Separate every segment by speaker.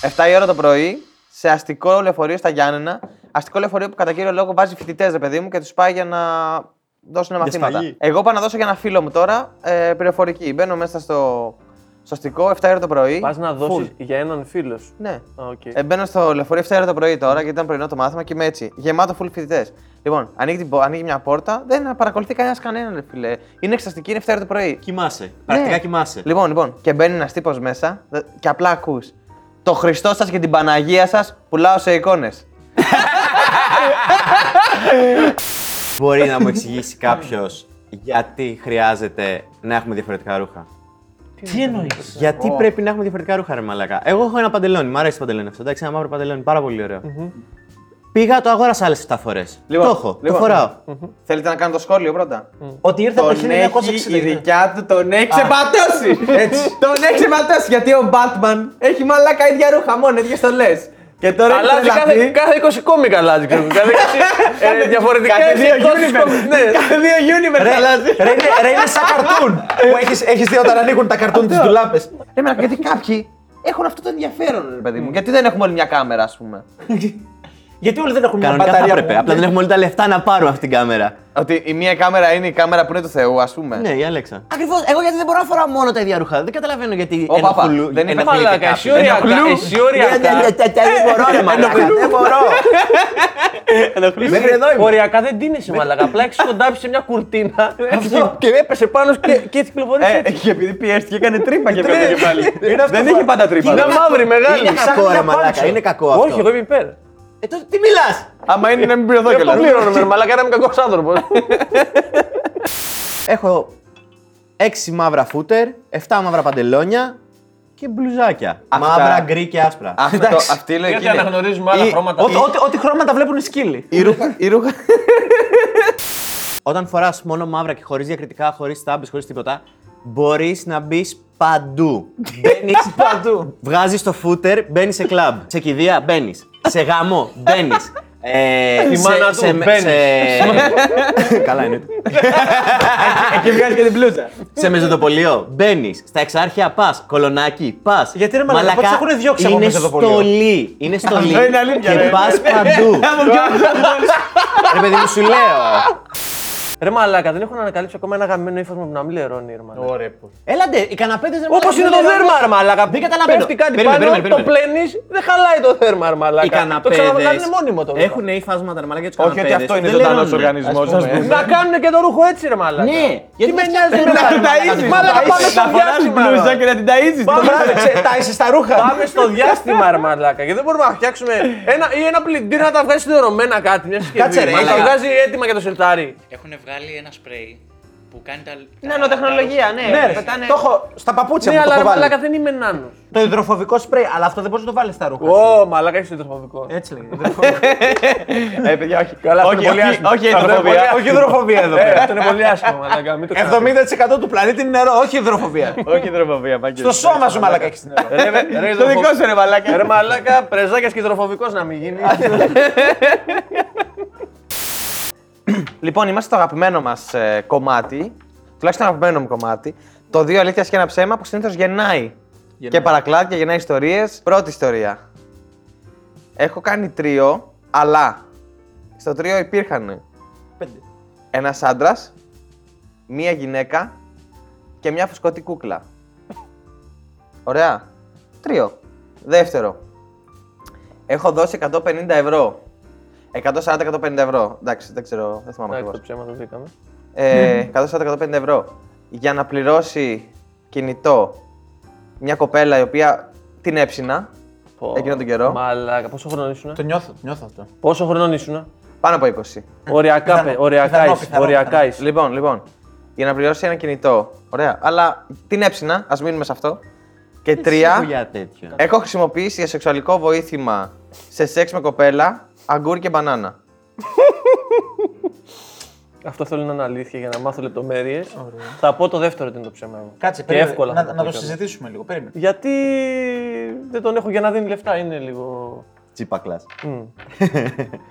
Speaker 1: 7 η ώρα το πρωί σε αστικό λεωφορείο στα Γιάννενα. Αστικό λεωφορείο που κατά κύριο λόγο βάζει φοιτητές, ρε παιδί μου, και τους πάει για να δώσουν μαθήματα.
Speaker 2: σφαγή.
Speaker 1: Εγώ πάω να δώσω για ένα φίλο μου τώρα ε, πυρεφορική. Μπαίνω μέσα στο, στο αστικό 7 η ώρα το πρωί.
Speaker 3: Πας να
Speaker 1: Full.
Speaker 3: δώσεις για έναν φίλο σου.
Speaker 1: Ναι.
Speaker 3: Α, οκ.
Speaker 1: Ε, μπαίνω στο λεωφορείο 7 ώρα το πρωί τώρα, γιατί ήταν πρωινό το μάθημα και είμαι έτσι. Γεμάτο full φοιτητές. Λοιπόν, ανοίγει, την πο- ανοίγει μια πόρτα, δεν παρακολουθεί κανένας κανέναν, ρε φίλε. Είναι εξαστική, είναι 7 ώρα το πρωί.
Speaker 2: Κοιμάσαι. Πρακτικά
Speaker 1: Ναι.
Speaker 2: κοιμάσαι.
Speaker 1: Λοιπόν, λοιπόν, και μπαίνει ένας τύπος μέσα δε- και απλά ακούς. Το Χριστό σας και την Παναγία σας πουλάω σε εικόνες.
Speaker 2: Μπορεί να μου εξηγήσει κάποιος γιατί χρειάζεται να έχουμε διαφορετικά ρούχα.
Speaker 4: Τι εννοείς.
Speaker 2: Γιατί πρέπει να έχουμε διαφορετικά ρούχα, ρε Μαλάκα. Εγώ έχω ένα παντελόνι, μου αρέσει το παντελόνι αυτό. Εντάξει, ένα μαύρο παντελόνι, πάρα πολύ ωραίο. Πήγα, το αγοράσα άλλες 7 φορές.
Speaker 1: Λοιπόν,
Speaker 2: το έχω,
Speaker 1: λοιπόν.
Speaker 2: το φοράω.
Speaker 1: Θέλετε να κάνω το σχόλιο πρώτα.
Speaker 4: Ότι ήρθε το 1960.
Speaker 1: η δικιά του, τον έχει ξεπατώσει. Έτσι. τον έχει ξεπατώσει γιατί ο Batman έχει μαλάκα ίδια ρούχα μόνο, ίδιες στολέ. Και τώρα έχει
Speaker 2: Δηλαδή,
Speaker 3: Αλλάζει κάθε,
Speaker 1: τρελαθεί.
Speaker 3: κάθε 20 κόμικα αλλάζει. ξέρω. Κάθε 20 ε, διαφορετικά.
Speaker 1: κάθε
Speaker 3: έχει
Speaker 1: δύο
Speaker 3: 20 κόμικ, ναι.
Speaker 1: Κάθε δύο universe αλλάζει.
Speaker 2: Ρε, είναι, ρε, είναι σαν καρτούν που έχεις, έχεις δει όταν ανοίγουν τα καρτούν τις ντουλάπες.
Speaker 1: Ρε Ε, μαλάκα, γιατί κάποιοι έχουν αυτό το ενδιαφέρον, ρε παιδί μου. Γιατί δεν έχουμε όλη μια κάμερα, ας πούμε.
Speaker 4: Γιατί όλοι δεν έχουν μια
Speaker 2: Κανονικά θα
Speaker 4: μπαταρία.
Speaker 2: έπρεπε, απλά δεν έχουμε όλοι τα λεφτά να πάρουμε αυτή την κάμερα.
Speaker 1: Ότι η μία κάμερα είναι η κάμερα που είναι του Θεού, ας πούμε.
Speaker 2: Ναι, η Αλέξα. Ακριβώς. Εγώ γιατί δεν μπορώ να φοράω μόνο τα ίδια ρούχα. Δεν καταλαβαίνω γιατί.
Speaker 1: Ο Παπα,
Speaker 2: ενοχλού-
Speaker 1: δεν είπε
Speaker 2: ενοχλείται
Speaker 3: Μαλάκα,
Speaker 2: κάποιοι. Ναι,
Speaker 3: εσύ ωριακά.
Speaker 1: Ενοχλού.
Speaker 3: Εσύ ωριακά.
Speaker 2: Δεν μπορώ, ρε μαλάκα. Δεν μπορώ. Μέχρι εδώ είμαι.
Speaker 3: Οριακά δεν τίνεσαι, μαλακά. Απλά έχει κοντάψει σε μια κουρτίνα και- και έπεσε πάνω σου και, και έτσι κυκλοφορεί.
Speaker 1: Ε, και επειδή πιέστηκε, έκανε τρύπα και πέρα
Speaker 2: τρύπα.
Speaker 1: και πάλι.
Speaker 2: Είναι αυτό
Speaker 1: Δεν
Speaker 2: που-
Speaker 1: είχε πάντα τρύπα.
Speaker 3: Μια
Speaker 1: ρε.
Speaker 3: μαύρη μεγάλη.
Speaker 2: Είναι
Speaker 3: Σαν
Speaker 2: κακό,
Speaker 3: μια
Speaker 2: ρε μαλάκα.
Speaker 3: πάντσο.
Speaker 2: Είναι κακό αυτό.
Speaker 3: Όχι, εγώ είμαι υπέρ.
Speaker 2: Ε, τότε τι μιλάς.
Speaker 1: Άμα είναι να μην πληρωθώ
Speaker 3: Δεν το
Speaker 1: κιόλας.
Speaker 3: πλήρωνε, ρε μαλακά. Ένα κακός άνθρωπος.
Speaker 2: Έχω 6 μαύρα φούτερ, 7 μαύρα παντελόνια και μπλουζάκια.
Speaker 1: Αυτά-
Speaker 2: Μαύρα, γκρι και άσπρα.
Speaker 1: Αυτό το-
Speaker 2: Εντάξει.
Speaker 1: Αυτή η λογική.
Speaker 3: Γιατί
Speaker 1: είναι.
Speaker 3: αναγνωρίζουμε άλλα
Speaker 1: Ή-
Speaker 3: χρώματα.
Speaker 2: Ό,τι-
Speaker 3: Ή-
Speaker 2: ό,τι- Ό,τι χρώματα βλέπουν οι σκύλοι.
Speaker 1: Η ρούχα. Η ρούχα.
Speaker 2: Όταν φοράς μόνο μαύρα και χωρίς διακριτικά, χωρίς τάμπε, χωρίς τίποτα, μπορείς να μπεις παντού. Μπαίνεις παντού. Βγάζεις το φούτερ, μπαίνεις σε κλαμπ. Σε κηδεία, μπαίνεις. Σε γάμο, μπαίνεις. Ε,
Speaker 3: Στη
Speaker 2: σε-
Speaker 3: μάνα του,
Speaker 2: σε-
Speaker 3: μπαίνεις.
Speaker 2: σε- Καλά είναι.
Speaker 1: Και βγάζει και την πλούζα.
Speaker 2: σε μεζοδοπολείο μπαίνεις. Στα εξάρχεια πας. Κολονάκι πας.
Speaker 4: Γιατί, ρε μαλάκα, πότε σε έχουν διώξει από
Speaker 2: Είναι
Speaker 4: μεζοδοπολείο?
Speaker 2: στολή. Είναι στολή.
Speaker 1: Αυτό είναι αλήθεια,
Speaker 2: και
Speaker 1: ρε.
Speaker 2: πας παντού. Ρε παιδί μου, σου λέω.
Speaker 3: Ρε μαλάκα, δεν έχουν ανακαλύψει ακόμα ένα γαμμένο ύφασμα που να μην λερώνει, ρε μαλάκα.
Speaker 2: Έλαντε, οι καναπέδες δεν
Speaker 3: Όπως είναι το δέρμα, ρε μαλάκα.
Speaker 2: Δεν καταλαβαίνω.
Speaker 3: Πέφτει κάτι
Speaker 2: Περίμενε,
Speaker 3: πάνω,
Speaker 2: περίμενε,
Speaker 3: το
Speaker 2: περίμενε.
Speaker 3: πλένεις, δεν χαλάει το δέρμα, ρε μαλάκα.
Speaker 2: Οι καναπέδες
Speaker 3: Το
Speaker 4: δηλαδή
Speaker 3: ξανακάνουν μόνιμο το δέρμα.
Speaker 2: Έχουν υφάσματα ρε μαλάκα για τους
Speaker 1: Όχι ότι
Speaker 2: καναπέδες.
Speaker 1: αυτό είναι
Speaker 2: Δεν
Speaker 1: ζωντανός
Speaker 2: λερώνουν,
Speaker 1: οργανισμό, α
Speaker 2: ας πούμε.
Speaker 1: πούμε.
Speaker 3: Να κάνουν και το ρούχο έτσι, ρε μαλάκα.
Speaker 2: Ναι,
Speaker 3: τι
Speaker 2: γιατί
Speaker 3: με
Speaker 2: δεν
Speaker 3: νοιάζει, ρε
Speaker 2: φτιάχνουν
Speaker 3: μαλάκα.
Speaker 2: τα ίδια.
Speaker 3: Μαλάκα, πάμε στο
Speaker 1: Να φοράς
Speaker 3: διάστημα. ρε.
Speaker 1: μπλούζα και να την ταΐζεις.
Speaker 3: Πάμε, ρε, ξε-
Speaker 4: Τα είσαι στα ρούχα.
Speaker 3: Πάμε στο διάστημα, ρε μαλάκα. Και δεν μπορούμε να φτιάξουμε ένα, ή ένα πλυντήρα να τα βγάζει συνδεδεμένα κάτι. Μια συσκευή.
Speaker 2: Κάτσε, ρε,
Speaker 3: Να τα
Speaker 2: μαλάκα.
Speaker 3: βγάζει έτοιμα για το σιρτάρι.
Speaker 5: Έχουν βγάλει ένα σπρέι που κάνει τα.
Speaker 1: Νανοτεχνολογία, ναι.
Speaker 4: Ναι, ρε,
Speaker 1: Πετάνε-
Speaker 4: το έχω στα παπούτσια
Speaker 3: Ναι,
Speaker 4: μου. Το
Speaker 3: αλλά ρε
Speaker 4: έχω βάλει.
Speaker 3: μαλάκα δεν είμαι νάνος.
Speaker 4: Το υδροφοβικό σπρέι, αλλά αυτό δεν μπορείς να το βάλεις στα ρούχα.
Speaker 3: Ω, μαλάκα έχεις το τροφοδικό.
Speaker 4: Έτσι λέγεται. υδροφοβικό.
Speaker 1: Ε, παιδιά, όχι.
Speaker 3: Καλά, αυτό
Speaker 1: Όχι,
Speaker 3: είναι πολύ
Speaker 1: όχι,
Speaker 3: άσχημο.
Speaker 1: Όχι,
Speaker 3: Αυτό είναι
Speaker 1: ιδροφοβία.
Speaker 3: πολύ
Speaker 4: Όχι υδροφοβία εδώ
Speaker 3: Ε,
Speaker 4: πέρα.
Speaker 3: Αυτό είναι πολύ άσχημο, μαλάκα. Μην το κάνεις.
Speaker 4: 70% του πλανήτη είναι νερό, όχι υδροφοβία.
Speaker 1: Όχι, ιδροφοβία,
Speaker 4: Στο σώμα σου μαλακά έχεις νερό.
Speaker 3: Ε, ρε,
Speaker 1: Το δικό
Speaker 3: υδροφο-
Speaker 1: σου ρε μαλάκα.
Speaker 3: Ρε μαλάκα, πρεζάκια και υδροφοβικό να μην γίνει.
Speaker 1: Λοιπόν, είμαστε στο αγαπημένο μας κομμάτι, τουλάχιστον αγαπημένο μου κομμάτι, το δύο αλήθειας και ένα ψέμα που συνήθως γεννάει. Και παρακλάδια, και γεννάει ιστορίες. Πρώτη ιστορία. Έχω κάνει τρίο, αλλά στο τρίο υπήρχαν ένας άντρας, μία γυναίκα και μία φουσκωτή κούκλα. Ωραία. Τρίο. Δεύτερο. Έχω δώσει 150 ευρώ. 140-150 ευρώ. Εντάξει, δεν ξέρω, δεν θυμάμαι
Speaker 3: Εντάξει, το
Speaker 1: ακριβώς.
Speaker 3: ψέμα το βρήκαμε.
Speaker 1: Ε, 140-150 ευρώ για να πληρώσει κινητό μια κοπέλα η οποία την έψηνα
Speaker 3: Πω,
Speaker 1: Εκείνο τον καιρό.
Speaker 3: Μαλάκα, πόσο χρόνο ήσουν.
Speaker 4: Το νιώθω, νιώθω αυτό.
Speaker 3: Πόσο χρόνο ήσουν.
Speaker 1: πάνω από 20.
Speaker 3: Οριακά,
Speaker 4: Πιθανό,
Speaker 3: παι- οριακά
Speaker 4: πιθανό,
Speaker 3: είσαι.
Speaker 4: πιθανό,
Speaker 3: Οριακά
Speaker 4: πιθανό.
Speaker 3: είσαι.
Speaker 1: Λοιπόν, λοιπόν, για να πληρώσει ένα κινητό. Ωραία, αλλά την έψηνα, ας μείνουμε σε αυτό. Και τρία,
Speaker 2: Για τέτοιο.
Speaker 4: Ε,
Speaker 1: έχω χρησιμοποιήσει για σεξουαλικό βοήθημα σε σεξ με κοπέλα αγκούρι και μπανάνα.
Speaker 3: Αυτό θέλω να είναι αλήθεια για να μάθω λεπτομέρειες. Θα πω το δεύτερο ότι είναι το ψέμα μου.
Speaker 4: Κάτσε,
Speaker 3: και
Speaker 4: περίμενε.
Speaker 3: εύκολα.
Speaker 4: να,
Speaker 3: θα
Speaker 4: να
Speaker 3: πω
Speaker 4: το
Speaker 3: κιόλας.
Speaker 4: συζητήσουμε λίγο. Περίμενε.
Speaker 3: Γιατί δεν τον έχω για να δίνει λεφτά, είναι λίγο.
Speaker 2: Τσίπα κλάς.
Speaker 3: Μμ.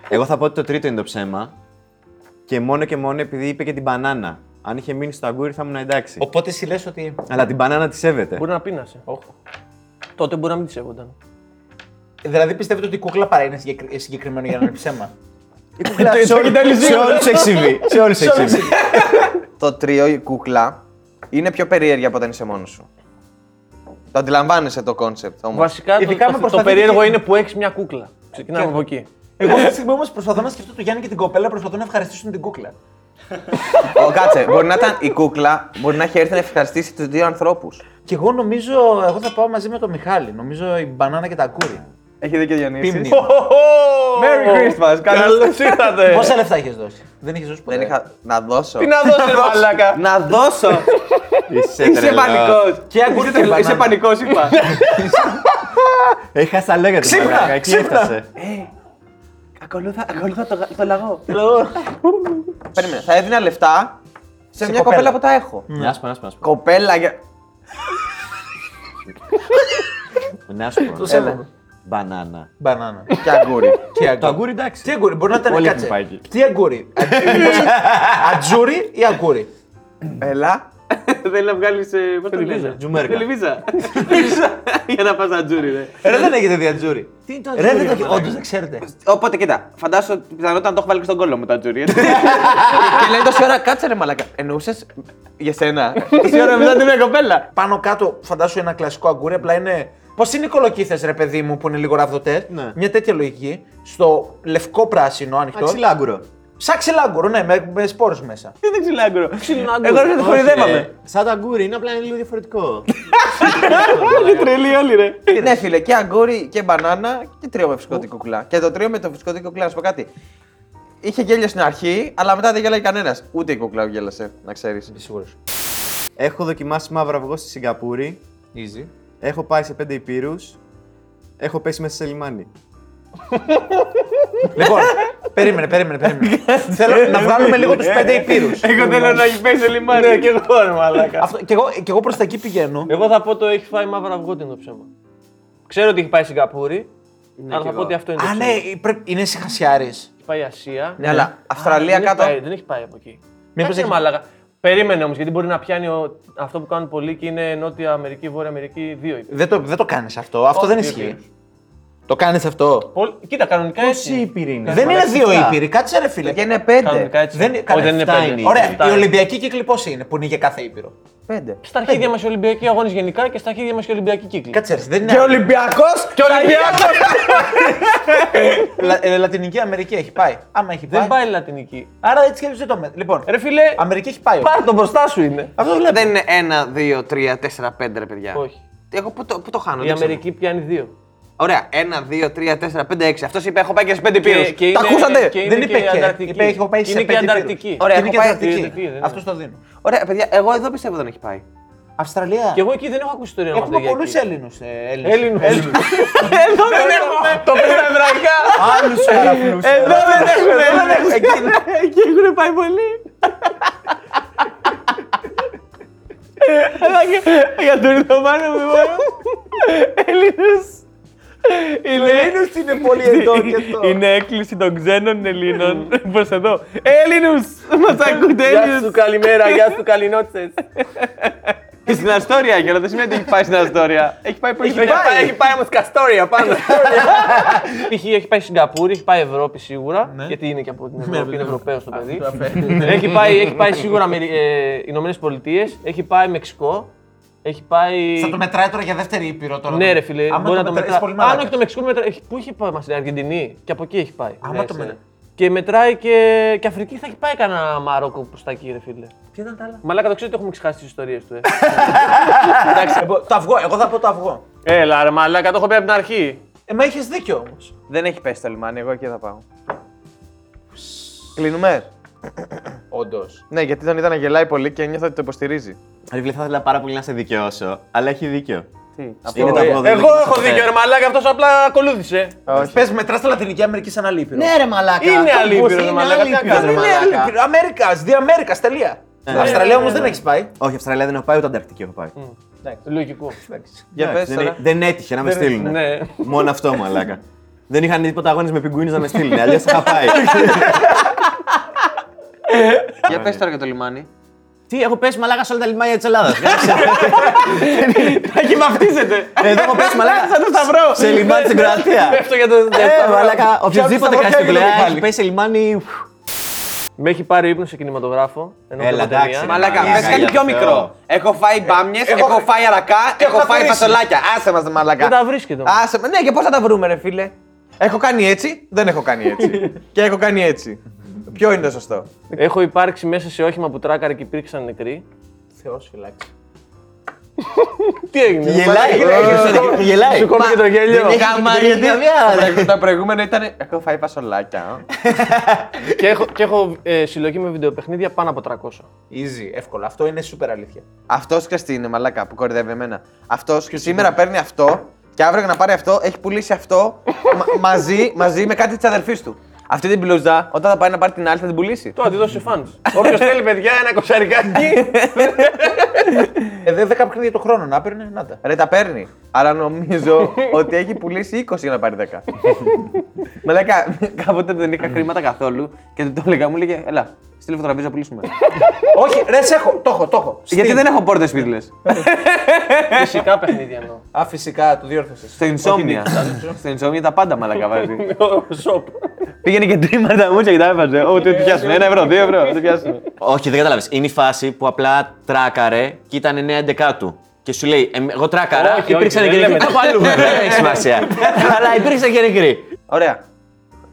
Speaker 2: Εγώ θα πω ότι το τρίτο είναι το ψέμα. Και μόνο και μόνο επειδή είπε και την μπανάνα. Αν είχε μείνει στο αγκούρι θα ήμουν εντάξει.
Speaker 4: Οπότε εσύ λες ότι.
Speaker 2: Αλλά την μπανάνα τη σέβεται.
Speaker 3: Μπορεί να πείνασε. Τότε μπορεί να μην τη σέβονταν.
Speaker 2: Δηλαδή πιστεύετε ότι η κούκλα παρά είναι συγκεκρι- συγκεκριμένη για να είναι ψέμα.
Speaker 4: Η κουκλά σε όλη-
Speaker 2: κοιτάλεις
Speaker 4: σε
Speaker 2: λίγο.
Speaker 4: όλους εξηβεί. Σε όλους εξηβεί.
Speaker 1: Το τρίο, η κούκλα, είναι πιο περίεργη από όταν είσαι μόνος σου. Το αντιλαμβάνεσαι το κόνσεπτ όμως.
Speaker 3: Βασικά το,
Speaker 2: Ειδικά με
Speaker 3: το- το,
Speaker 2: προστατεύει
Speaker 3: περίεργο
Speaker 2: και-
Speaker 3: είναι που έχεις μια κούκλα. Ξεκινάμε από εκεί.
Speaker 2: Εγώ αυτή τη στιγμή όμως προσπαθώ να σκεφτώ το Γιάννη και την κοπέλα, προσπαθώ να ευχαριστήσουν την κούκλα.
Speaker 1: Ο, κάτσε, μπορεί να ήταν η κούκλα, μπορεί να έχει έρθει να ευχαριστήσει τους δύο ανθρώπους.
Speaker 2: Και εγώ νομίζω, εγώ θα πάω μαζί με τον Μιχάλη. Νομίζω η μπανάνα και τα κούρια.
Speaker 1: Έχει δίκιο Διονύσης.
Speaker 2: Πίμνη.
Speaker 3: Merry
Speaker 1: Christmas, καλώς-
Speaker 3: Καλώς ήρθατε.
Speaker 2: Πόσα λεφτά έχεις δώσει. Δεν έχεις δώσει ποτέ.
Speaker 1: Δεν είχα να δώσω.
Speaker 3: Τι να δώσετε, μαλάκα.
Speaker 1: Να δώσω! Είσαι πανικός!
Speaker 2: Και ακούστε την μπανάνα.
Speaker 1: Είσαι πανικός, είπα.
Speaker 4: Έχασα Ε, λέγα την
Speaker 2: Ξύπνα,
Speaker 4: μαλάκα, εκεί
Speaker 2: ξύπνα.
Speaker 4: έφτασε.
Speaker 1: Ακολούθα, ακολούθα το, το λαγό. Περίμενε, θα έδινα λεφτά σε, μια κοπέλα.
Speaker 2: κοπέλα.
Speaker 1: που τα έχω.
Speaker 4: Ε, Να σου πω, να σου πω, να σου πω.
Speaker 1: Κοπέλα για.
Speaker 4: Να σου πω.
Speaker 2: σέβομαι.
Speaker 4: Μπανάνα.
Speaker 2: Μπανάνα.
Speaker 1: και αγκούρι.
Speaker 2: Και
Speaker 4: Το
Speaker 2: αγκούρι.
Speaker 4: αγκούρι εντάξει.
Speaker 2: Τι αγκούρι, μπορεί να ήταν
Speaker 4: Όλοι
Speaker 2: κάτσε.
Speaker 4: έχουν πάει εκεί.
Speaker 2: Τι αγκούρι. Ατζούρι ή αγκούρι.
Speaker 1: Έλα.
Speaker 6: Θέλει να βγάλεις. Πώς το λένε.
Speaker 4: Τζουμέργα. Τζουμέργα.
Speaker 6: Τελεβίζα. Για να πας ατζούρι, ρε.
Speaker 2: Ρε δεν έχετε δει ατζούρι.
Speaker 4: Τι είναι το
Speaker 2: Ρε δεν το
Speaker 4: αγκούρι,
Speaker 2: έχετε.
Speaker 4: μαλάκα.
Speaker 2: Όντω δεν ξέρετε.
Speaker 6: Οπότε κοίτα, φαντάζομαι ότι πιθανότατα να το έχω βάλει και στον κόλλο μου τα ατζούρι. έτσι.
Speaker 1: και λέει τόση ώρα κάτσε ρε μαλακά. Εννοούσες για σένα. τόση ώρα μετά την μια κοπέλα.
Speaker 2: Πάνω κάτω φαντάσου ένα κλασικό αγκούρι, απλά είναι. Πώς είναι οι κολοκύθες, ρε παιδί μου, που είναι λίγο ραβδοτές.
Speaker 4: Ναι.
Speaker 2: Μια τέτοια λογική. Στο λευκό πράσινο ανοιχτό.
Speaker 4: Αξιλάγκουρο.
Speaker 2: Σαν ξυλάγκουρο, ναι, με, με σπόρους μέσα.
Speaker 6: Δεν είναι ξυλάγκρο. Εγώ δεν το χορηδεύαμε.
Speaker 4: ε, Σαν το αγκούρι, είναι απλά είναι λίγο διαφορετικό.
Speaker 6: Τρελή όλοι, ρε.
Speaker 1: ναι, φίλε, και αγκούρι και μπανάνα και τρίο με φυσικό την κουκλά. Και το τρίο με το φυσικό την κουκλά, να σου πω κάτι. Είχε γέλιο στην αρχή, αλλά μετά δεν γέλαγε κανένας. Ούτε η κουκλά γέλασε, να ξέρεις.
Speaker 2: Σίγουρος.
Speaker 4: Έχω δοκιμάσει μαύρο αυγό στη Σιγκαπούρη.
Speaker 2: Easy.
Speaker 4: Έχω πάει σε πέντε υπήρους. Έχω πέσει μέσα σε λιμάνι.
Speaker 2: Λοιπόν, περίμενε, περίμενε, περίμενε. Θέλω να βγάλουμε λίγο τους πέντε υπήρους.
Speaker 6: Εγώ θέλω να έχει πέσει λιμάνι.
Speaker 3: Ναι, και εγώ ρε μαλάκα.
Speaker 2: Αυτό, κι εγώ, κι εγώ προς τα εκεί πηγαίνω.
Speaker 3: Εγώ θα πω το έχει φάει μαύρο αυγό τι είναι το ψέμα. Ξέρω ότι έχει πάει Σιγκαπούρη, αλλά θα πω ότι αυτό είναι το
Speaker 2: Α,
Speaker 3: ψέμα.
Speaker 2: ναι, πρέπει, είναι συχασιάρη.
Speaker 3: Έχει πάει Ασία.
Speaker 1: Ναι, αλλά
Speaker 3: δεν
Speaker 1: Αυστραλία
Speaker 3: έχει
Speaker 1: κάτω.
Speaker 3: πάει- δεν έχει πάει από εκεί. Μήπως
Speaker 2: έχει-
Speaker 3: έχει μαλάκα. Περίμενε όμως, γιατί μπορεί να πιάνει ο- αυτό που κάνουν πολλοί και είναι Νότια Αμερική, Βόρεια Αμερική, δύο υπήρου.
Speaker 2: Δεν το, δεν το κάνεις αυτό. Αυτό δεν
Speaker 3: δύο
Speaker 2: ισχύει. Το κάνεις αυτό.
Speaker 3: Πολ- Κοίτα, κανονικά
Speaker 4: Πόσοι
Speaker 3: έτσι.
Speaker 4: υπήροι είναι.
Speaker 2: Δεν είναι δύο
Speaker 4: Εφτά.
Speaker 2: ήπειροι, κάτσε ρε φίλε.
Speaker 1: Και είναι πέντε.
Speaker 3: Κανονικά έτσι.
Speaker 2: Δεν-
Speaker 3: Όχι,
Speaker 2: καλά,
Speaker 3: δεν είναι
Speaker 4: εφτά
Speaker 3: πέντε.
Speaker 4: είναι.
Speaker 2: Ωραία,
Speaker 3: Εφτά
Speaker 2: η
Speaker 3: είναι.
Speaker 2: Ολυμπιακή κύκλη πώ είναι, που είναι για κάθε ήπειρο.
Speaker 1: Πέντε.
Speaker 3: Στα αρχίδια μας οι Ολυμπιακοί αγώνες γενικά και στα αρχίδια μας οι Ολυμπιακοί κύκλοι.
Speaker 2: Κάτσε ρε, δεν είναι.
Speaker 1: Και Ολυμπιακός!
Speaker 3: Και Ολυμπιακό!
Speaker 2: Λα- ε, Λατινική Αμερική έχει πάει. Άμα έχει πάει.
Speaker 3: Δεν πάει Λατινική.
Speaker 2: Άρα έτσι κι αλλιώς δεν το με. Λοιπόν,
Speaker 3: Ρε φίλε,
Speaker 2: Αμερική έχει πάει.
Speaker 3: πάρ το μπροστά σου είναι.
Speaker 2: Αυτό βλέπω.
Speaker 6: Ε, Δεν είναι ένα, δύο, τρία, τέσσερα, πέντε, ρε παιδιά.
Speaker 3: Όχι.
Speaker 6: Τι, Εγώ πού το, πού το χάνω,
Speaker 3: Η
Speaker 6: δεν ξέρω.
Speaker 3: Αμερική πιάνει δύο.
Speaker 6: Ωραία. Ένα, δύο, τρία, τέσσερα, πέντε, έξι. Αυτός είπε: Έχω πάει και σε πέντε
Speaker 3: Και-
Speaker 6: πύρους.
Speaker 3: και είναι-
Speaker 6: Τα ακούσατε.
Speaker 3: και είναι
Speaker 2: Δεν είπε
Speaker 3: και η
Speaker 2: και.
Speaker 3: Ανταρκτική.
Speaker 2: Είπε, έχω πάει σε
Speaker 3: Είναι και η
Speaker 2: πέντε ήπειρους.
Speaker 3: Ανταρκτική.
Speaker 6: Ωραία,
Speaker 2: είναι
Speaker 6: έχω
Speaker 2: και η
Speaker 6: πάει
Speaker 3: Ανταρκτική,
Speaker 2: Ανταρκτική.
Speaker 3: δεν
Speaker 2: Αυτό
Speaker 3: είναι.
Speaker 2: το δίνω.
Speaker 6: Ωραία, παιδιά, εγώ εδώ πιστεύω δεν έχει πάει.
Speaker 2: Αυστραλία.
Speaker 3: Και εγώ εκεί δεν έχω ακούσει ιστορία να μας
Speaker 2: Έχουμε ε,
Speaker 3: λέει για
Speaker 2: πολλού
Speaker 3: εκεί.
Speaker 2: Έλληνου.
Speaker 3: Έλληνους.
Speaker 6: Εδώ δεν έχουμε. Το πες τα εβραϊκά.
Speaker 2: Άλλους Έλληνου.
Speaker 6: Εδώ δεν έχουμε. Εκεί έχουν πάει πολύ. Για τον Ιδωμάνο μου μόνο. Έλληνες. Έλληνες είναι πολύ
Speaker 2: εδώ και εδώ.
Speaker 6: Είναι έκκληση των ξένων Ελλήνων προς εδώ. Έλληνους! Μας ακούτε
Speaker 3: Γεια
Speaker 6: Έλληνες!
Speaker 3: σου, καλημέρα, γεια σου, καληνότσες.
Speaker 6: Και στην Αστόρια, για να δεν σημαίνει ότι έχει πάει στην Αστόρια. Έχει πάει πολύ
Speaker 3: Έχει πάει.
Speaker 6: Έχει πάει όμως καστόρια πάνω.
Speaker 3: Π.χ. έχει πάει Σιγκαπούρη, έχει πάει Ευρώπη σίγουρα. Γιατί είναι και από την Ευρώπη, είναι Ευρωπαίος το παιδί.
Speaker 4: ναι.
Speaker 3: έχει, πάει, έχει πάει σίγουρα Αμερι- ε, Ηνωμένες Πολιτείες, έχει πάει Μεξικό. Έχει πάει.
Speaker 2: Θα το μετράει τώρα για δεύτερη ήπειρο τώρα.
Speaker 3: Ναι, ρε φίλε,
Speaker 2: Άμα
Speaker 3: μπορεί να
Speaker 2: το
Speaker 3: το
Speaker 2: μετράει.
Speaker 3: μετράει. Αν όχι το Μεξικό, μετράει. έχει- Πού έχει πάει μας στην Αργεντινή και από εκεί έχει πάει.
Speaker 2: Άμα
Speaker 3: Ναι,
Speaker 2: το
Speaker 3: σε-
Speaker 2: μετράει.
Speaker 3: Και μετράει και, και Αφρική θα έχει πάει κανένα Μαρόκο προ τα εκεί, ρε φίλε.
Speaker 2: Ποια ήταν τα άλλα.
Speaker 3: Μαλάκα το ξέρω ότι έχουμε ξεχάσει τις ιστορίες του. Ε.
Speaker 2: Εγώ- Το αυγό, εγώ θα πω το αυγό.
Speaker 3: Έλα, ρε μαλάκα, το έχω πει από την αρχή.
Speaker 2: Ε, μα είχε δίκιο όμως.
Speaker 1: Δεν έχει πέσει το λιμάνι, εγώ εκεί θα πάω. Κλείνουμε.
Speaker 2: Όντως.
Speaker 1: Ναι, γιατί τον είδα να γελάει πολύ και νιώθω ότι το υποστηρίζει.
Speaker 4: Ρε φίλε, θα ήθελα πάρα πολύ να σε δικαιώσω, αλλά έχει δίκιο.
Speaker 1: Τι,
Speaker 4: Είναι τα πόδια,
Speaker 3: Εγώ
Speaker 4: δεν
Speaker 3: έχω
Speaker 4: ποτέ.
Speaker 3: δίκιο, ρε μαλάκα, αυτός απλά ακολούθησε.
Speaker 2: Πες μετράς τη Λατινική Αμερική σαν άλλη ήπειρο.
Speaker 4: Ναι, ρε μαλάκα.
Speaker 3: Είναι
Speaker 4: Αυτό
Speaker 3: άλλη
Speaker 4: πώς
Speaker 3: ήπειρος,
Speaker 4: είναι
Speaker 3: μαλάκα,
Speaker 4: άλλη
Speaker 3: τι να
Speaker 4: ήπειρος,
Speaker 3: κάνεις,
Speaker 4: ρε μαλάκα.
Speaker 2: Αμέρικας, δύο Αμέρικας, τελεία.
Speaker 4: Ναι.
Speaker 2: Αυστραλία όμως δεν έχει πάει.
Speaker 4: Όχι, Αυστραλία δεν έχω πάει, ούτε Ανταρκτική έχω πάει.
Speaker 3: Λογικό.
Speaker 1: Για πες
Speaker 4: δεν,
Speaker 1: τώρα.
Speaker 4: δεν έτυχε να με στείλουν.
Speaker 3: Ναι.
Speaker 4: Μόνο αυτό, μαλάκα. δεν είχαν τίποτα αγώνες με πιγκουίνου να με στείλουν, αλλιώ είχα πάει.
Speaker 6: Ναι.
Speaker 1: Για πες τώρα για το λιμάνι.
Speaker 4: Τι, έχω πέσει μαλάκα σε όλα τα λιμάνια της Ελλάδας.
Speaker 3: Θα κυβαυτίζεται.
Speaker 4: Εδώ έχω πέσει μαλάκα.
Speaker 3: Σαν το σταυρό.
Speaker 4: Σε λιμάνι στην Κροατία.
Speaker 3: Πέφτω για το
Speaker 4: Ε, μαλάκα, οποιοδήποτε
Speaker 3: σταυρό φτιάχνει
Speaker 4: κάνει την
Speaker 3: το
Speaker 4: πλειά,
Speaker 3: κεφάλι.
Speaker 4: έχει πέσει σε λιμάνι.
Speaker 3: Με έχει πάρει ύπνο σε κινηματογράφο. Ενώ
Speaker 4: Έλα,
Speaker 3: βλέπω ταινία.
Speaker 4: εντάξει.
Speaker 1: Μαλακά,
Speaker 4: Μαλάκα,
Speaker 1: πες κάτι
Speaker 4: για
Speaker 1: πιο
Speaker 4: Θεό.
Speaker 1: μικρό. Έχω φάει μπάμιες, έχω φάει αρακά, έχω φάει
Speaker 2: καθαρίσει.
Speaker 1: φασολάκια. Άσε μας, μαλακά.
Speaker 3: Δεν τα βρίσκεται όμως.
Speaker 1: Άσε με. Ναι, και πώς θα τα βρούμε, ρε φίλε. Έχω κάνει έτσι, δεν έχω κάνει έτσι. και έχω κάνει έτσι. Ποιο είναι το σωστό.
Speaker 3: Έχω υπάρξει μέσα σε όχημα που τράκαρε και υπήρξαν νεκροί.
Speaker 2: Θεός φυλάξει.
Speaker 3: Τι έγινε,
Speaker 4: Γελάει, και γελάει.
Speaker 3: Σου κόβω και το γέλιο.
Speaker 4: Γιατί
Speaker 1: Τα προηγούμενα ήταν. Έχω φάει φασολάκια.
Speaker 3: και έχω, και έχω ε, συλλογή με βιντεοπαιχνίδια πάνω από 300.
Speaker 2: Easy, εύκολα. Αυτό είναι super αλήθεια.
Speaker 1: Αυτός ξέρει τι είναι, μαλακά που κορυδεύει εμένα. Αυτός σήμερα παίρνει αυτό και αύριο για να πάρει αυτό έχει πουλήσει αυτό μα- μαζί, μαζί με κάτι της αδερφή του. Αυτή την μπλουζά, όταν θα πάει να πάρει την άλλη, θα την πουλήσει.
Speaker 3: Το αντιδώσει φαν. Όποιος θέλει, παιδιά, ένα κοσαρικάκι.
Speaker 2: Ε, δεν δέκα παιχνίδια το χρόνο να έπαιρνε, να τα.
Speaker 1: Ρε τα παίρνει. Αλλά νομίζω ότι έχει πουλήσει 20 για να πάρει 10. Μαλάκα, κάποτε δεν είχα χρήματα καθόλου και του το έλεγα, μου λέγε, Ελά, στείλε φωτογραφίε να πουλήσουμε.
Speaker 2: Όχι, ρε, σε έχω. Το έχω, το έχω.
Speaker 1: Γιατί δεν έχω πόρτε σπίτι λες.
Speaker 3: Φυσικά παιχνίδια εννοώ.
Speaker 2: Α, φυσικά, το διόρθωσες.
Speaker 1: Στο insomnia. Στο insomnia τα πάντα μαλακά βάζει.
Speaker 3: Ο Σοπ.
Speaker 1: Πήγαινε και τρίμα τα μούτια και τα έβαζε. Ό,τι ό,τι πιάσουν. Ένα ευρώ, δύο ευρώ. Δεν πιάσουν.
Speaker 4: Όχι, δεν κατάλαβε. Είναι η φάση που απλά τράκαρε και ήταν 9-11 του. Και σου λέει, «Εμ, εγώ τράκαρα,
Speaker 3: Όχι, όχι,
Speaker 4: υπήρξαν
Speaker 3: δεν
Speaker 4: και νεκροί.
Speaker 3: λέμε
Speaker 4: Κάπου αλλού, βέβαια, δεν έχει σημασία. Αλλά υπήρξαν και νεκροί.
Speaker 1: Ωραία.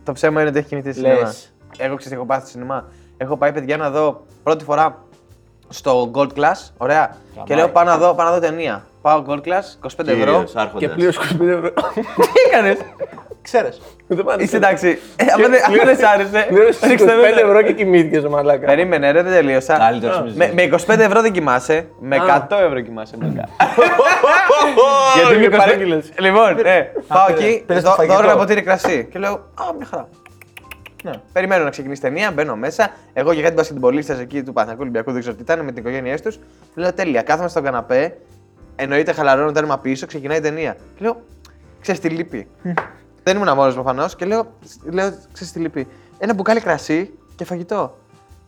Speaker 1: Το ψέμα είναι ότι έχει κινηθεί σινεμά.
Speaker 2: Λες.
Speaker 1: Εγώ ξέρω, έχω πάθει σινεμά. Έχω πάει παιδιά να δω πρώτη φορά στο Gold Class. Ωραία. Και λέω πάω να δω, πάω να δω ταινία. Πάω Gold Class, 25 ευρώ.
Speaker 4: Κύριος, άρχοντας.
Speaker 3: Και πλήρω 25 ευρώ.
Speaker 1: Τι έκανες.
Speaker 2: Ξέρες.
Speaker 3: Δεν πάνε.
Speaker 1: Είσαι εντάξει. Ε, άμα δεν- άμα δεν σ' άρεσε.
Speaker 3: Πλήρω
Speaker 1: ρίξτε
Speaker 3: 25
Speaker 1: μέσα.
Speaker 3: ευρώ και κοιμήθηκες, μαλάκα.
Speaker 1: Περίμενε, ρε, δεν τελείωσα.
Speaker 4: Καλύτερος σου
Speaker 1: Με, με 25 ευρώ δεν κοιμάσαι. Με 100 ευρώ κοιμάσαι. μαλάκα. Γιατί
Speaker 3: και
Speaker 1: με 25
Speaker 3: παρήγγειλες.
Speaker 1: Λοιπόν, ναι, πάω εκεί,
Speaker 2: πήρες το
Speaker 1: δω-
Speaker 2: φαγητό. Ναι.
Speaker 1: δώρο ένα ποτήρι κρασί. Και λέω, Α, μια χαρά. Περιμένω να ξεκινήσει η ταινία, μπαίνω μέσα. Εγώ και κάτι μπασκετμπολίστε εκεί του Παναθηναϊκού Ολυμπιακού, δεν ξέρω τι ήταν, με την οικογένειά τους. Λέω τέλεια, κάθομαι στον καναπέ. Εννοείται χαλαρώνω το έρμα πίσω, ξεκινάει η ταινία. Και λέω, ξέρεις τι λείπει. δεν ήμουν μόνος προφανώς και λέω, λέω ξέρεις τι λείπει. Ένα μπουκάλι κρασί και φαγητό.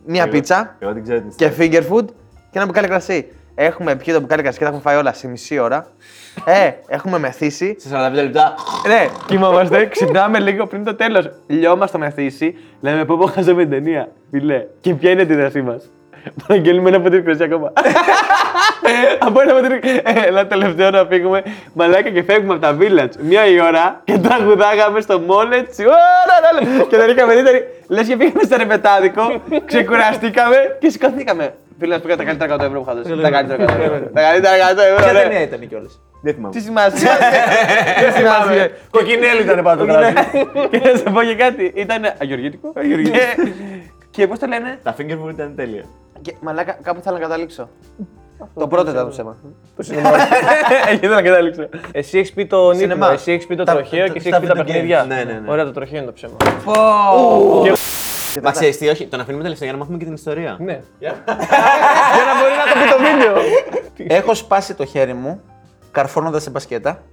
Speaker 1: Μια πίτσα
Speaker 4: Εγώ δεν ξέρω τι
Speaker 1: και finger food και ένα μπουκάλι κρασί. Έχουμε πιει το μπουκάλι κρασί και τα έχουμε φάει όλα σε μισή ώρα. Ε, έχουμε μεθύσει.
Speaker 4: Σε 45 λεπτά.
Speaker 1: Ναι, κοιμόμαστε, ξυπνάμε λίγο πριν το τέλος. Λιόμαστε με θύση, λέμε πω πω χάσαμε την ταινία. Φιλέ. Και ποια είναι η αντίδρασή μα. Παραγγέλνουμε ένα ποτήρι κρασί ακόμα. από ένα ποτήρι. Ε, Έλα, τελευταίο να φύγουμε. Μαλάκα και φεύγουμε από τα village. Μία η ώρα και τραγουδάγαμε στο μόλετ. ναι, Και δεν είχαμε δίτερη. Λες και πήγαμε στο ρεπετάδικο, ξεκουραστήκαμε και σηκωθήκαμε. Φίλε, πήγα τα καλύτερα 100 ευρώ που είχα δώσει. Τα καλύτερα 100 ευρώ. Τα καλύτερα 100 ευρώ.
Speaker 2: Ποια
Speaker 1: ρε.
Speaker 2: ταινία ήταν κιόλας.
Speaker 4: Δεν θυμάμαι.
Speaker 1: Τι σημασία. Δεν σημασία.
Speaker 3: Κοκκινέλη ήταν πάνω το
Speaker 4: Ναι.
Speaker 3: κρασί.
Speaker 1: Και να σα πω και κάτι. Ήταν αγιοργητικό. Και, και πώς το λένε.
Speaker 4: Τα finger μου ήταν τέλεια.
Speaker 1: Και, μαλάκα, κάπου ήθελα να καταλήξω. Το πρώτο ήταν το ψέμα. Εκεί ήθελα να καταλήξω.
Speaker 3: Εσύ έχεις πει τον ύπνο,
Speaker 1: Σινεμά.
Speaker 3: εσύ έχεις πει το
Speaker 2: Τα-
Speaker 3: τροχαίο
Speaker 2: τα-
Speaker 3: και εσύ
Speaker 2: στα
Speaker 3: έχεις πει τα
Speaker 2: video games.
Speaker 3: παιχνίδια.
Speaker 4: Ναι, ναι, ναι.
Speaker 3: Ωραία, το τροχαίο είναι το ψέμα.
Speaker 4: Μα ξέρεις τι, όχι, τον αφήνουμε τελευταία για να μάθουμε και την ιστορία.
Speaker 3: Ναι.
Speaker 1: Για να μπορεί να το πει το βίντεο.
Speaker 2: Έχω σπάσει το χέρι μου καρφώνοντας σε μπασκέτα.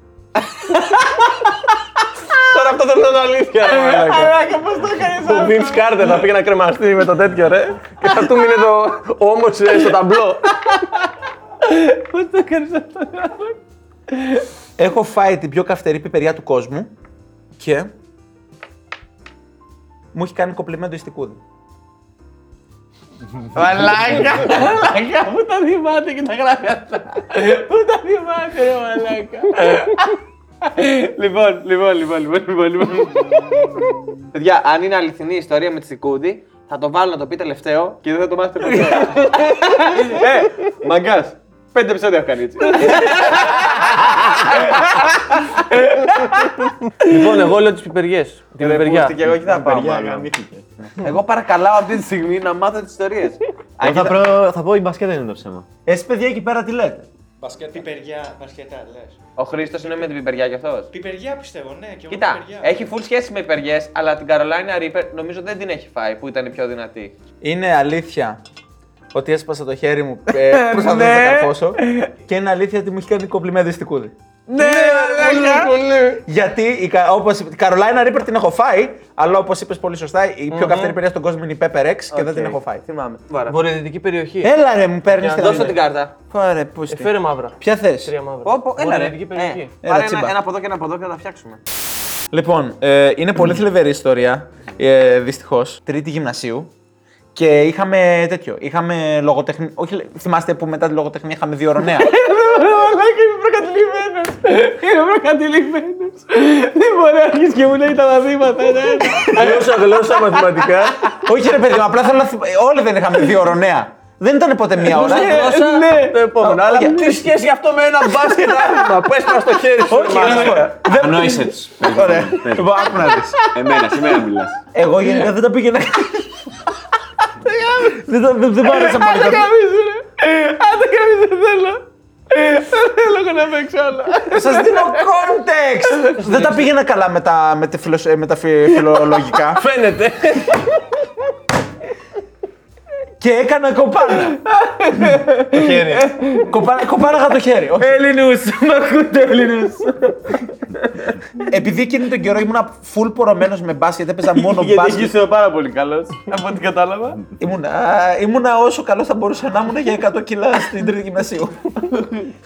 Speaker 3: Τώρα αυτό το λέω είναι αλήθεια. Μαλάκα, πώς το έκανε. Ο Βιμ Κάρτερ θα πήγε να κρεμαστεί με το τέτοιο ρε. Και θα του μείνει το όμω στο ταμπλό.
Speaker 2: Έχω φάει την πιο καυτερή πιπεριά του κόσμου και μου έχει κάνει κοπλιμέντο η στικούδη.
Speaker 1: Μαλάκα.
Speaker 3: Μαλάκα, πού τα θυμάται και τα γράφει αυτά. Πού τα θυμάται, ρε μαλάκα.
Speaker 1: Λοιπόν, λοιπόν, λοιπόν, λοιπόν, λοιπόν, λοιπόν. Παιδιά, αν είναι αληθινή η ιστορία με τη Σικούντι, θα το βάλω να το πει τελευταίο και δεν θα το μάθετε ποτέ. ε, μαγκάς. Πέντε επεισόδια έχω κάνει έτσι.
Speaker 3: Λοιπόν, εγώ λέω τις πιπεριές. Την πιπεριά.
Speaker 1: Και εγώ εκεί θα πάω. μάλλον. Εγώ παρακαλάω αυτή τη στιγμή να μάθω τις ιστορίες.
Speaker 4: Εγώ θα, προ... θα πω η μπασκέτα είναι το ψέμα.
Speaker 2: Εσύ, παιδιά, εκεί πέρα τι λέτε.
Speaker 5: Πιπεριά, βασκετά, λες.
Speaker 1: Ο Χρήστος είναι με την πιπεριά κι αυτός.
Speaker 5: Πιπεριά πιστεύω, ναι, και εγώ
Speaker 1: Κοίτα,
Speaker 5: πιπεριά.
Speaker 1: έχει full σχέση με πιπεριές, αλλά την Καρολάινα Ρίπερ νομίζω δεν την έχει φάει που ήταν η πιο δυνατή.
Speaker 2: Είναι αλήθεια ότι έσπασα το χέρι μου ε, προσπαθώντας να
Speaker 1: Ναι.
Speaker 2: καρφώσω και είναι αλήθεια ότι μου έχει κάνει κοπλιμέντο η στικούδη.
Speaker 1: Ναι, ναι,
Speaker 2: Καρολάινα. Γιατί όπως η Καρολάινα Ρίπερ την έχω φάει, αλλά όπως είπες πολύ σωστά, η πιο καυτερή περιοχή στον κόσμο είναι η Pepper X και δεν την έχω φάει.
Speaker 1: Θυμάμαι.
Speaker 3: Βορειοδυτική περιοχή.
Speaker 2: Έλα ρε, μου παίρνεις
Speaker 3: Για να
Speaker 2: την
Speaker 3: δώσω
Speaker 2: δώσω
Speaker 3: την κάρτα.
Speaker 2: Φάρε, πούστη.
Speaker 3: Ε, Φέρε μαύρα.
Speaker 2: Ποια θες.
Speaker 3: Τρία μαύρα.
Speaker 1: Πω, πω, έλα ρε.
Speaker 3: Βορειοδυτική περιοχή.
Speaker 1: Ε, πάρε ένα,
Speaker 2: τσίμπα.
Speaker 1: ένα από εδώ και ένα από εδώ και θα τα φτιάξουμε.
Speaker 2: Λοιπόν, ε, είναι πολύ θλιβερή ιστορία. Ε, Δυστυχώς. Τρίτη γυμνασίου. Και είχαμε τέτοιο. Είχαμε λογοτεχνία. Όχι, λε- θυμάστε που μετά τη λογοτεχνία είχαμε δύο ρονέα.
Speaker 6: Μαλάκα είμαι προκατηλημένος. Είμαι προκατηλημένος. Δεν μπορεί να αρχίσει και μου λέει τα μαθήματα. ναι.
Speaker 4: Γλώσσα, γλώσσα, μαθηματικά.
Speaker 2: Όχι, ρε παιδί, μου, απλά θέλω να θυμ- ε, Όλοι δεν είχαμε δύο ρονέα. Δεν ήταν ποτέ
Speaker 6: Ε,
Speaker 2: μία ώρα.
Speaker 3: Ε,
Speaker 6: Ναι.
Speaker 3: Το επόμενο. Αλλά τι σχέση αυτό με ένα μπάσκετ άθλημα. Πες μας το χέρι σου.
Speaker 2: Όχι,
Speaker 3: μάνα.
Speaker 2: να σου πω. Δεν-
Speaker 4: Ανόησες τους.
Speaker 2: Ωραία.
Speaker 4: Πες.
Speaker 2: Λοιπόν, άκου να δεις.
Speaker 4: Εμένα, σε μένα μιλάς.
Speaker 2: Εγώ γενικά δεν τα πήγαινα. Δεν τα- Δεν δεν μ' άρεσαν πολύ. τα-
Speaker 6: Αν δεν κάνει, δεν θέλω. Δεν θέλω εγώ να παίξω άλλα.
Speaker 2: Σας δίνω context! Δεν τα πήγαινα καλά με τα, με τη φιλοσο- με τα φι- φιλολογικά.
Speaker 3: Φαίνεται.
Speaker 2: και έκανα κοπάνα. το χέρι. Κοπάνα, κοπάναγα το χέρι. όχι.
Speaker 6: Ελληνούς, μ' ακούτε Ελληνούς.
Speaker 2: Επειδή εκείνη τον καιρό ήμουν full πορωμένος με μπάσκετ, έπαιζα μόνο
Speaker 6: Γιατί
Speaker 2: μπάσκετ.
Speaker 6: είσαι πάρα πολύ καλός, από ό,τι
Speaker 1: Ναι,
Speaker 6: κατάλαβα.
Speaker 2: Ήμουνα, ήμουνα όσο καλός θα μπορούσα να ήμουν για 100 κιλά στην τρίτη γυμνασίου.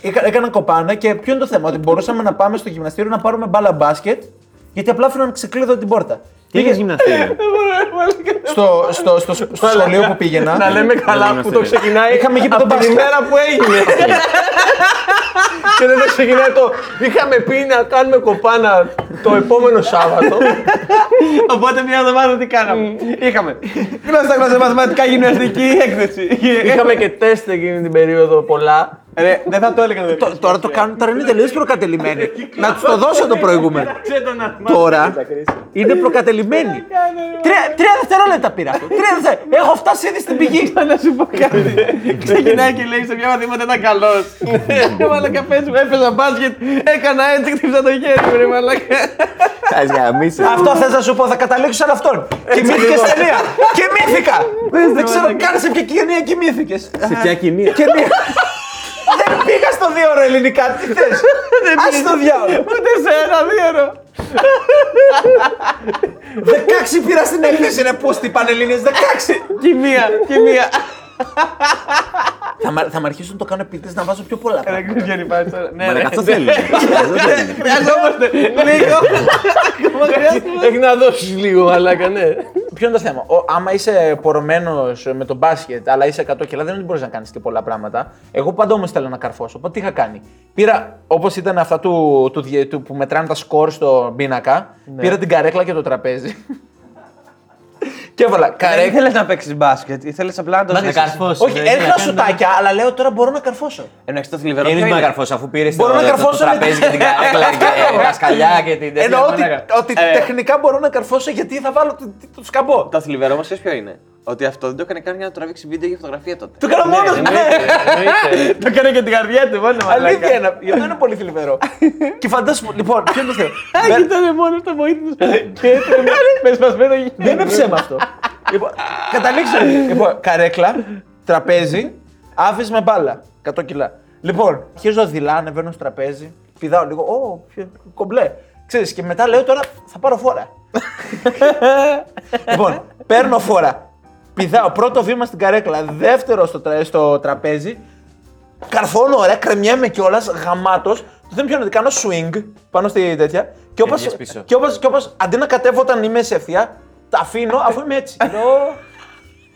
Speaker 2: Έκα- έκανα κοπάνα και ποιο είναι το θέμα, ότι μπορούσαμε να πάμε στο γυμναστήριο να πάρουμε μπάλα μπάσκετ, γιατί απλά αφήναν ξεκλείδω την πόρτα.
Speaker 4: Τι είχες γυμναστήριο.
Speaker 2: Στο, στο, στο, στο σχολείο που πήγαινα.
Speaker 3: Να λέμε
Speaker 1: ναι,
Speaker 3: καλά
Speaker 4: είμαστε
Speaker 3: που το
Speaker 4: ρε.
Speaker 3: ξεκινάει.
Speaker 2: Είχαμε γήπεδο
Speaker 3: από την
Speaker 2: μπάσκετ.
Speaker 3: ημέρα που έγινε. Και δεν το ξεκινάει το. Είχαμε πει να κάνουμε κοπάνα το επόμενο Σάββατο.
Speaker 6: Οπότε μια εβδομάδα τι κάναμε. Είχαμε. Γλώσσα, γλώσσα, μαθηματικά, γυμναστική έκθεση.
Speaker 3: Είχαμε και τεστ εκείνη την περίοδο πολλά.
Speaker 6: Ρε, δεν θα το έλεγα. δεν-
Speaker 2: Τ- Τώρα το κάνουν, τώρα είναι τελείως προκατελημένοι. να τους το δώσω το προηγούμενο. τώρα είναι προκατελημένοι. τρία, τρία δευτερόλεπτα πήρα. τρία δευτερόλεπτα. Έχω φτάσει ήδη στην πηγή.
Speaker 6: Να σου πω κάτι. Ξεκινάει και λέει σε ποια μαθήματα ήταν καλός.
Speaker 1: Ναι.
Speaker 6: Μαλάκα πες μου, έπαιζα μπάσκετ, έκανα έτσι, χτύπησα το χέρι μου, ρε μαλάκα.
Speaker 4: Ας γαμίσαι.
Speaker 2: Αυτό θες να σου πω, θα καταλήξω σε αυτόν. Κοιμήθηκε τελεία. Κοιμήθηκα. Δεν ξέρω καν σε ποια κοινωνία κοιμήθηκες.
Speaker 4: Σε ποια κοινία.
Speaker 2: Δεν πήγα στο δύο ώρο ελληνικά. Τι θες. Α το διάολο.
Speaker 6: Ούτε σε ένα δίωρο.
Speaker 2: 16 πήρα στην έκθεση, ρε πούστη πανελληνίες, 16.
Speaker 6: Και μία, και μία.
Speaker 2: Θα μ' αρ- Θα με αρχίσουν να το κάνω επίτηδες να βάζω πιο πολλά.
Speaker 6: Δεν ξέρεις ποιον υπάρχει τώρα. Ναι,
Speaker 4: Μαλάκα,
Speaker 6: ρε.
Speaker 4: Αυτό θέλει. Αυτό θέλει.
Speaker 6: Χρειαζόμαστε λίγο. Ακόμα χρειάζεται.
Speaker 3: Έχει να δώσεις λίγο, αλλά ναι.
Speaker 2: Ποιο είναι το θέμα. Ο, άμα είσαι πορωμένος με τον μπάσκετ, αλλά είσαι 100 κιλά, δεν μπορείς να κάνεις και πολλά πράγματα. Εγώ πάντα όμως θέλω να καρφώσω. Οπότε τι είχα κάνει. Πήρα, όπως ήταν αυτά του, του, διε- του- που μετράνε τα σκορ στον πίνακα,
Speaker 4: Ναι.
Speaker 2: πήρα την καρέκλα και το τραπέζι. και έβαλα
Speaker 1: Δεν
Speaker 2: καρέκλα.
Speaker 1: ήθελες να παίξεις μπάσκετ, ήθελες απλά να το
Speaker 4: Ε, Να
Speaker 1: ζήσεις.
Speaker 4: καρφώσεις.
Speaker 2: Όχι, έριχνα σουτάκια, αλλά λέω τώρα μπορώ να καρφώσω.
Speaker 1: Εντάξει, το θλιβερό
Speaker 4: Είναι
Speaker 1: ποιο
Speaker 4: να
Speaker 1: είναι.
Speaker 4: καρφώσω, αφού πήρες
Speaker 2: Μπορώ
Speaker 4: το,
Speaker 2: να
Speaker 4: το- το
Speaker 2: καρφώσω με-
Speaker 4: τραπέζι και την καρέκλα και τα σκαλιά και την τέτοια.
Speaker 2: Εννοώ ότι,
Speaker 4: μαλάκα.
Speaker 2: ότι
Speaker 6: Ε.
Speaker 2: τεχνικά μπορώ να καρφώσω γιατί θα βάλω το, το, το σκαμπό.
Speaker 6: Το θλιβερό μας ποιο είναι. Ότι αυτό δεν το έκανε καν για να τραβήξει βίντεο για φωτογραφία τότε. Ναι,
Speaker 2: Το κάνω μόνο.
Speaker 6: Το έκανε και την καρδιά του μόνος.
Speaker 2: Αλήθεια είναι. Γι' αυτό είναι πολύ θλιβερό. και φαντάσου, λοιπόν, ποιο είναι το θέμα.
Speaker 6: Άγι ήταν μόνο στο βοήθητο και έτρεμε με σπασμένο γυαλί.
Speaker 2: Δεν είναι ψέμα αυτό. λοιπόν, καταλήξω. λοιπόν, καρέκλα, τραπέζι, άφη με μπάλα. 100 κιλά. Λοιπόν, αρχίζω δειλά, ανεβαίνω στο τραπέζι, πηδάω λίγο. Ω, ποιο- κομπλέ. Ξέρεις, και μετά λέω τώρα θα πάρω φόρα. λοιπόν, παίρνω φόρα. Πηδάω πρώτο βήμα στην καρέκλα, δεύτερο στο, τρα- στο τραπέζι. Καρφώνω, ωραία, κρεμιέμαι κιόλας, γαμάτος. Το θέμα ποιο είναι ότι κάνω swing πάνω στη τέτοια. Και όπως.
Speaker 4: Βγες πίσω.
Speaker 2: Και όπως, και όπως αντί να κατέβω όταν είμαι σε ευθεία, τα αφήνω αφού είμαι έτσι. Λέω.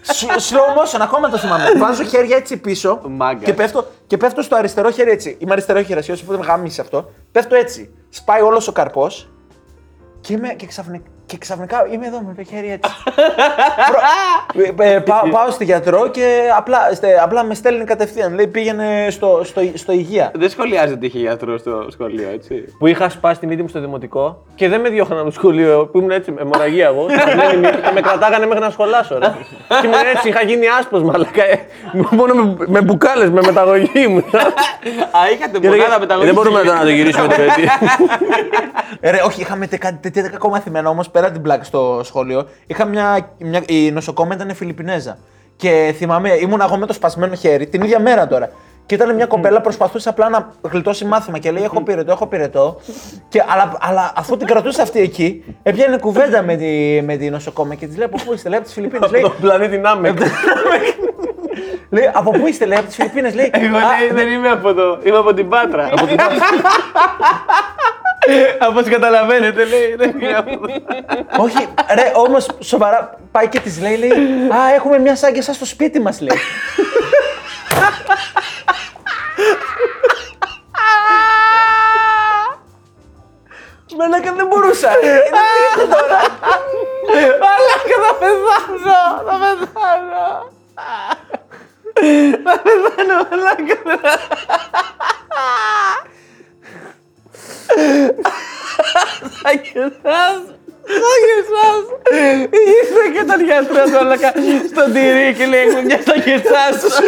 Speaker 2: σ- Slow motion, ακόμα το θυμάμαι. Βάζω χέρια έτσι πίσω
Speaker 3: Μάγκα.
Speaker 2: και πέφτω, και πέφτω στο αριστερό χέρι έτσι. Είμαι αριστερό χέρι, οπότε με γάμισε αυτό. Πέφτω έτσι. Σπάει όλος ο καρπός και, είμαι, και, ξαφνικά, και ξαφνικά είμαι εδώ με το χέρι έτσι. Προ- ε, ε, πάω, πάω στη γιατρό και απλά, στε- απλά με στέλνει κατευθείαν. Λέει πήγαινε στο, στο, στο υγεία.
Speaker 6: Δεν σχολιάζεται είχε γιατρός στο σχολείο, έτσι.
Speaker 3: Που είχα σπάσει τη μύτη μου στο δημοτικό και δεν με διώχναν από το σχολείο που ήμουν έτσι με αιμορραγία εγώ. Στραμμένη μύτη και με κρατάγανε μέχρι να σχολάσω. Ρε. και ήμουν έτσι, είχα γίνει άσπρος μαλακά. Μόνο με, με μπουκάλες, με μεταγωγή μου.
Speaker 6: Α, είχατε
Speaker 3: Και λέγε,
Speaker 6: μονάδα μεταγωγή.
Speaker 3: Δεν μπορούμε τώρα να το γυρίσουμε το παιδί.
Speaker 2: Ε, Ρε, όχι, είχαμε τε- κάτι τέτοια κακό μαθημένο όμως πέρα από την πλάκα στο σχολείο. Είχα μια, μια, η νοσοκόμα ήταν Φιλιππινέζα. Και θυμάμαι, ήμουν εγώ με το σπασμένο χέρι την ίδια μέρα τώρα. Και ήταν μια κοπέλα, προσπαθούσε απλά να γλιτώσει μάθημα και λέει: Έχω πυρετό, έχω πυρετό. Και, αλλά, αλλά αφού την κρατούσε αυτή εκεί, έπιανε κουβέντα με τη, με τη νοσοκόμα και της λέει: Από πού είστε, λέει από τις Φιλιππίνες. λέει,
Speaker 3: πλανήτη Νάμεκ.
Speaker 2: λέει, Από πού είστε, λέει από τις Φιλιππίνες. Λέει,
Speaker 3: Εγώ
Speaker 2: «Α,
Speaker 3: λέει, δεν είμαι από εδώ, είμαι από την Πάτρα. Από ό,τι καταλαβαίνετε, λέει, δεν είμαι από εδώ.
Speaker 2: Όχι, ρε, όμως σοβαρά πάει και της λέει, λέει, Α, έχουμε μια σάγκη εσά στο σπίτι μας, λέει. Μαλάκα δεν μπορούσα.
Speaker 6: Μαλάκα, θα πεθάνω! Θα πεθάνω! Θα πεθάνω, μαλάκα! Θα γελάς! Θα γελάς! Ήρθε και τον γιατρό του μαλάκα στον τυρί και λέει «Έχω μια σακετσά σου».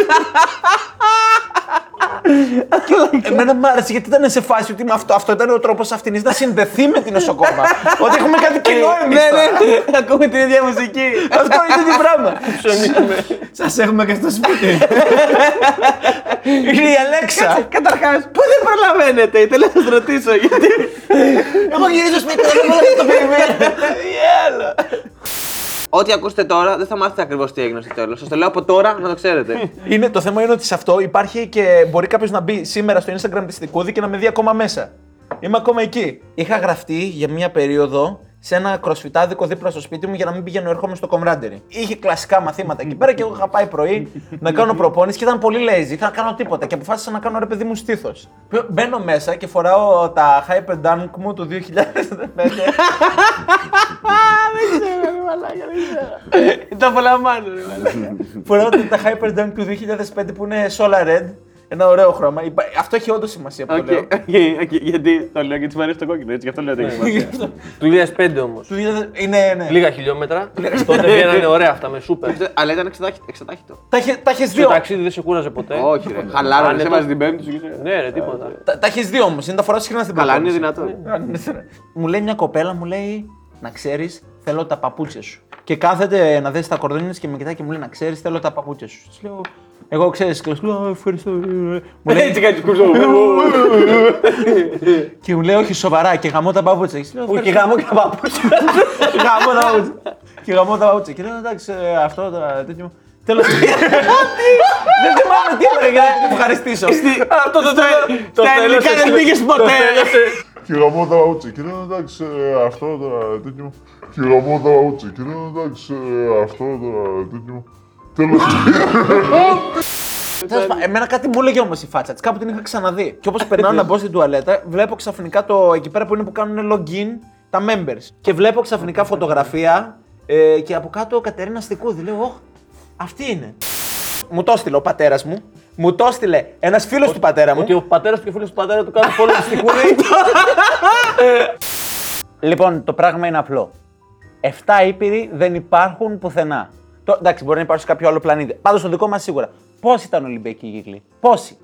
Speaker 2: Εμένα μ' άρεσε γιατί ήταν σε φάση ότι με αυτό, αυτό ήταν ο τρόπος αυτήν να συνδεθεί με την νοσοκόμα. ότι έχουμε κάτι κοινό εμείς.
Speaker 6: Ναι, ναι, ακούμε την ίδια μουσική.
Speaker 2: Αυτό είναι το πράγμα.
Speaker 4: Σας έχουμε και στο σπίτι.
Speaker 2: Η Αλέξα.
Speaker 6: Καταρχάς, πού δεν προλαβαίνετε, ήθελα να σας ρωτήσω γιατί.
Speaker 2: Εγώ γυρίζω σπίτι, δεν μπορώ να το περιμένω.
Speaker 3: Ό,τι ακούσετε τώρα δεν θα μάθετε ακριβώς τι έγινε στο τέλος. Σας το λέω από τώρα να το ξέρετε.
Speaker 2: Είναι, το θέμα είναι ότι σε αυτό υπάρχει και μπορεί κάποιος να μπει σήμερα στο Instagram της Τικούδη και να με δει ακόμα μέσα. Είμαι ακόμα εκεί. Είχα γραφτεί για μία περίοδο σε ένα κροσφιτάδικο δίπλα στο σπίτι μου για να μην πηγαίνω ερχόμενο στο κομράντερι. Είχε κλασικά μαθήματα εκεί πέρα και εγώ είχα πάει πρωί να κάνω προπόνηση και ήταν πολύ lazy. Είχα να κάνω τίποτα και αποφάσισα να κάνω ρε παιδί μου στήθος. Μπαίνω μέσα και φοράω τα Hyper Dunk μου του 2015.
Speaker 6: Τα απολαμβάνω, ρε μαλάκα.
Speaker 2: Φοράω τα τα Hyper Dunk του 2005 που είναι Solar Red. Ένα ωραίο χρώμα. Υπά- Αυτό έχει όντως σημασία που το λέω.
Speaker 6: Οκ, οκ, οκ, Γιατί το λέω και της μου αρέσει το κόκκινο, έτσι γι' αυτό λέω ότι έχει σημασία.
Speaker 3: Του 2005 όμως.
Speaker 2: Του 2000 Είναι, ναι.
Speaker 3: Λίγα χιλιόμετρα. Τότε βγαίνανε ωραία αυτά με σούπερ.
Speaker 6: Αλλά ήταν εξετάχη- εξετάχητο.
Speaker 2: Τα έχε- Τα έχει
Speaker 3: Το
Speaker 2: δύο.
Speaker 3: ταξίδι δεν σε κούραζε ποτέ.
Speaker 6: Όχι, ρε. Χαλάρανε,
Speaker 3: Άνετο.
Speaker 6: σε βάζει την πέμπτη σου και σε-
Speaker 3: Ναι, ρε, τίποτα.
Speaker 2: Τα, τα έχει δύο όμως. Είναι τα φορά συχνά στην Ναι,
Speaker 6: Καλά, είναι
Speaker 2: προπόνηση.
Speaker 6: δυνατόν.
Speaker 2: Μου λέει μια κοπέλα, μου λέει να ξέρεις, θέλω τα παπούτσια σου. Και κάθεται να δέσει τα κορδόνια της και με κοιτάει και μου λέει να ξέρεις, θέλω τα παπούτσια σου. Της λέω, εγώ ξέρεις, κλασικό, «Α, ευχαριστώ. Μου λέει,
Speaker 6: Έτσι κάνει κουζό.
Speaker 2: και μου λέει, όχι σοβαρά, και γαμώ τα παπούτσια. Και της λέω,
Speaker 4: Και γάμο και παπούτσια.
Speaker 2: γαμώ τα παπούτσια. Και γαμώ τα παπούτσια. Και λέω, εντάξει, ε, αυτό το τέτοιο. Τέλο πάντων. Δεν θυμάμαι τι έλεγα για να την ευχαριστήσω.
Speaker 6: Αυτό το Το
Speaker 2: Τα ελληνικά δεν πήγε ποτέ.
Speaker 7: Και γαμώ τα παπούτσια. Και λέω εντάξει, ε, αυτό τώρα τέτοιο. Και γαμώ τα παπούτσια. Και λέω εντάξει, ε, αυτό τώρα τέτοιο. Τέλος
Speaker 2: Τέλος πάντων, Εμένα κάτι μου έλεγε όμως η φάτσα της. Κάπου την είχα ξαναδεί. Και όπως περνάω να μπω στην τουαλέτα, βλέπω ξαφνικά το εκεί πέρα που είναι που κάνουν login τα members. Και βλέπω ξαφνικά φωτογραφία ε, και από κάτω Κατερίνα Στικούδη. Λέω, Ωχ, αυτή είναι. Μου το έστειλε ο πατέρας μου. Μου το έστειλε ένας φίλος του πατέρα μου.
Speaker 3: Ότι ο πατέρας του και ο φίλος του πατέρα του κάνουν follow στη κούρη.
Speaker 2: Λοιπόν, το πράγμα είναι απλό. 7 ήπειροι δεν υπάρχουν πουθενά. Το, εντάξει, μπορεί να υπάρχουν σε κάποιο άλλο πλανήτη. Πάντως στο δικό μας σίγουρα. Πόσοι ήταν Ολυμπιακοί κύκλοι, Πόσοι.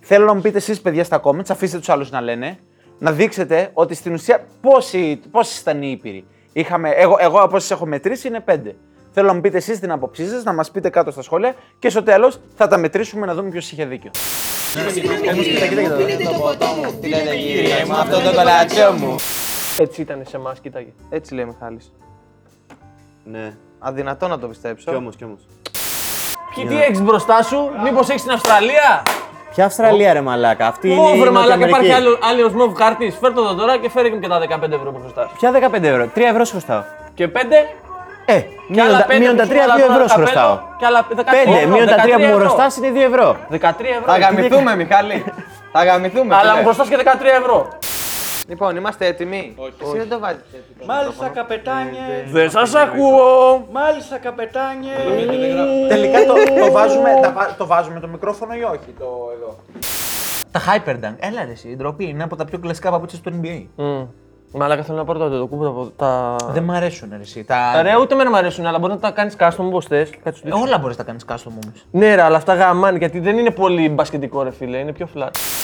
Speaker 2: Θέλω να μου πείτε εσείς, παιδιά, στα comments, αφήστε τους άλλους να λένε, να δείξετε ότι στην ουσία πόσοι, πόσοι ήταν οι ήπειροι. Είχαμε, εγώ, εγώ από όσε έχω μετρήσει είναι 5. Θέλω να μου πείτε εσείς την άποψή σας, να μας πείτε κάτω στα σχόλια και στο τέλος θα τα μετρήσουμε να δούμε ποιος είχε δίκιο.
Speaker 3: Έτσι ήταν σε εμά, κοίταγε.
Speaker 1: Έτσι λέει ο Μιχάλης.
Speaker 4: Ναι,
Speaker 1: Αδυνατό να το πιστέψω.
Speaker 4: κι όμως, κι όμως.
Speaker 3: Και τι έχεις μπροστά σου, μήπως έχεις στην Αυστραλία.
Speaker 4: Ποια Αυστραλία, ρε μαλάκα. Αυτή είναι η
Speaker 3: Μόβ, ρε μαλάκα,
Speaker 4: Νοτιοαμερική.
Speaker 3: υπάρχει άλλο- άλλος μόβ χάρτης. Φέρ το εδώ τώρα και φέρε και μου και τα 15 ευρώ που χρωστά.
Speaker 4: Ποια 15 ευρώ, 3 ευρώ σου χρωστάω.
Speaker 3: Και 5.
Speaker 4: Ε, μείον τα- μείον τα 3, 2 ευρώ σου χρωστάω. 5 μείον τα 3 που μου χρωστά είναι 2 ευρώ.
Speaker 3: 13 ευρώ.
Speaker 1: Θα γαμηθούμε, Μιχάλη. Θα γαμηθούμε.
Speaker 3: Αλλά
Speaker 1: φίλε.
Speaker 3: μου χρωστά και 13 ευρώ.
Speaker 1: Λοιπόν, είμαστε έτοιμοι. Εσύ δεν το βάζεις. τέτοιο.
Speaker 5: Μάλιστα, καπετάνιε.
Speaker 3: Δεν σα ακούω.
Speaker 5: Μάλιστα, καπετάνιε.
Speaker 2: Τελικά το, το, βάζουμε, τα βά- το βάζουμε το μικρόφωνο ή όχι, το εδώ. Τα Hyperdunk, έλα ρε εσύ, η ντροπή είναι από τα πιο κλασικά παπούτσια του NBA.
Speaker 3: Μαλάκα θέλω να πάρω το κούπο από τα.
Speaker 2: Δεν μ' αρέσουν ρε εσύ, τα...
Speaker 3: Ρε, ούτε με να μ' αρέσουν, αλλά μπορεί να τα κάνεις custom όπως θες.
Speaker 2: όλα μπορείς να κάνεις custom όμως.
Speaker 3: Ναι, ρε, αλλά αυτά γαμάνε γιατί δεν είναι πολύ μπασκετικό ρε φίλε, είναι πιο flat.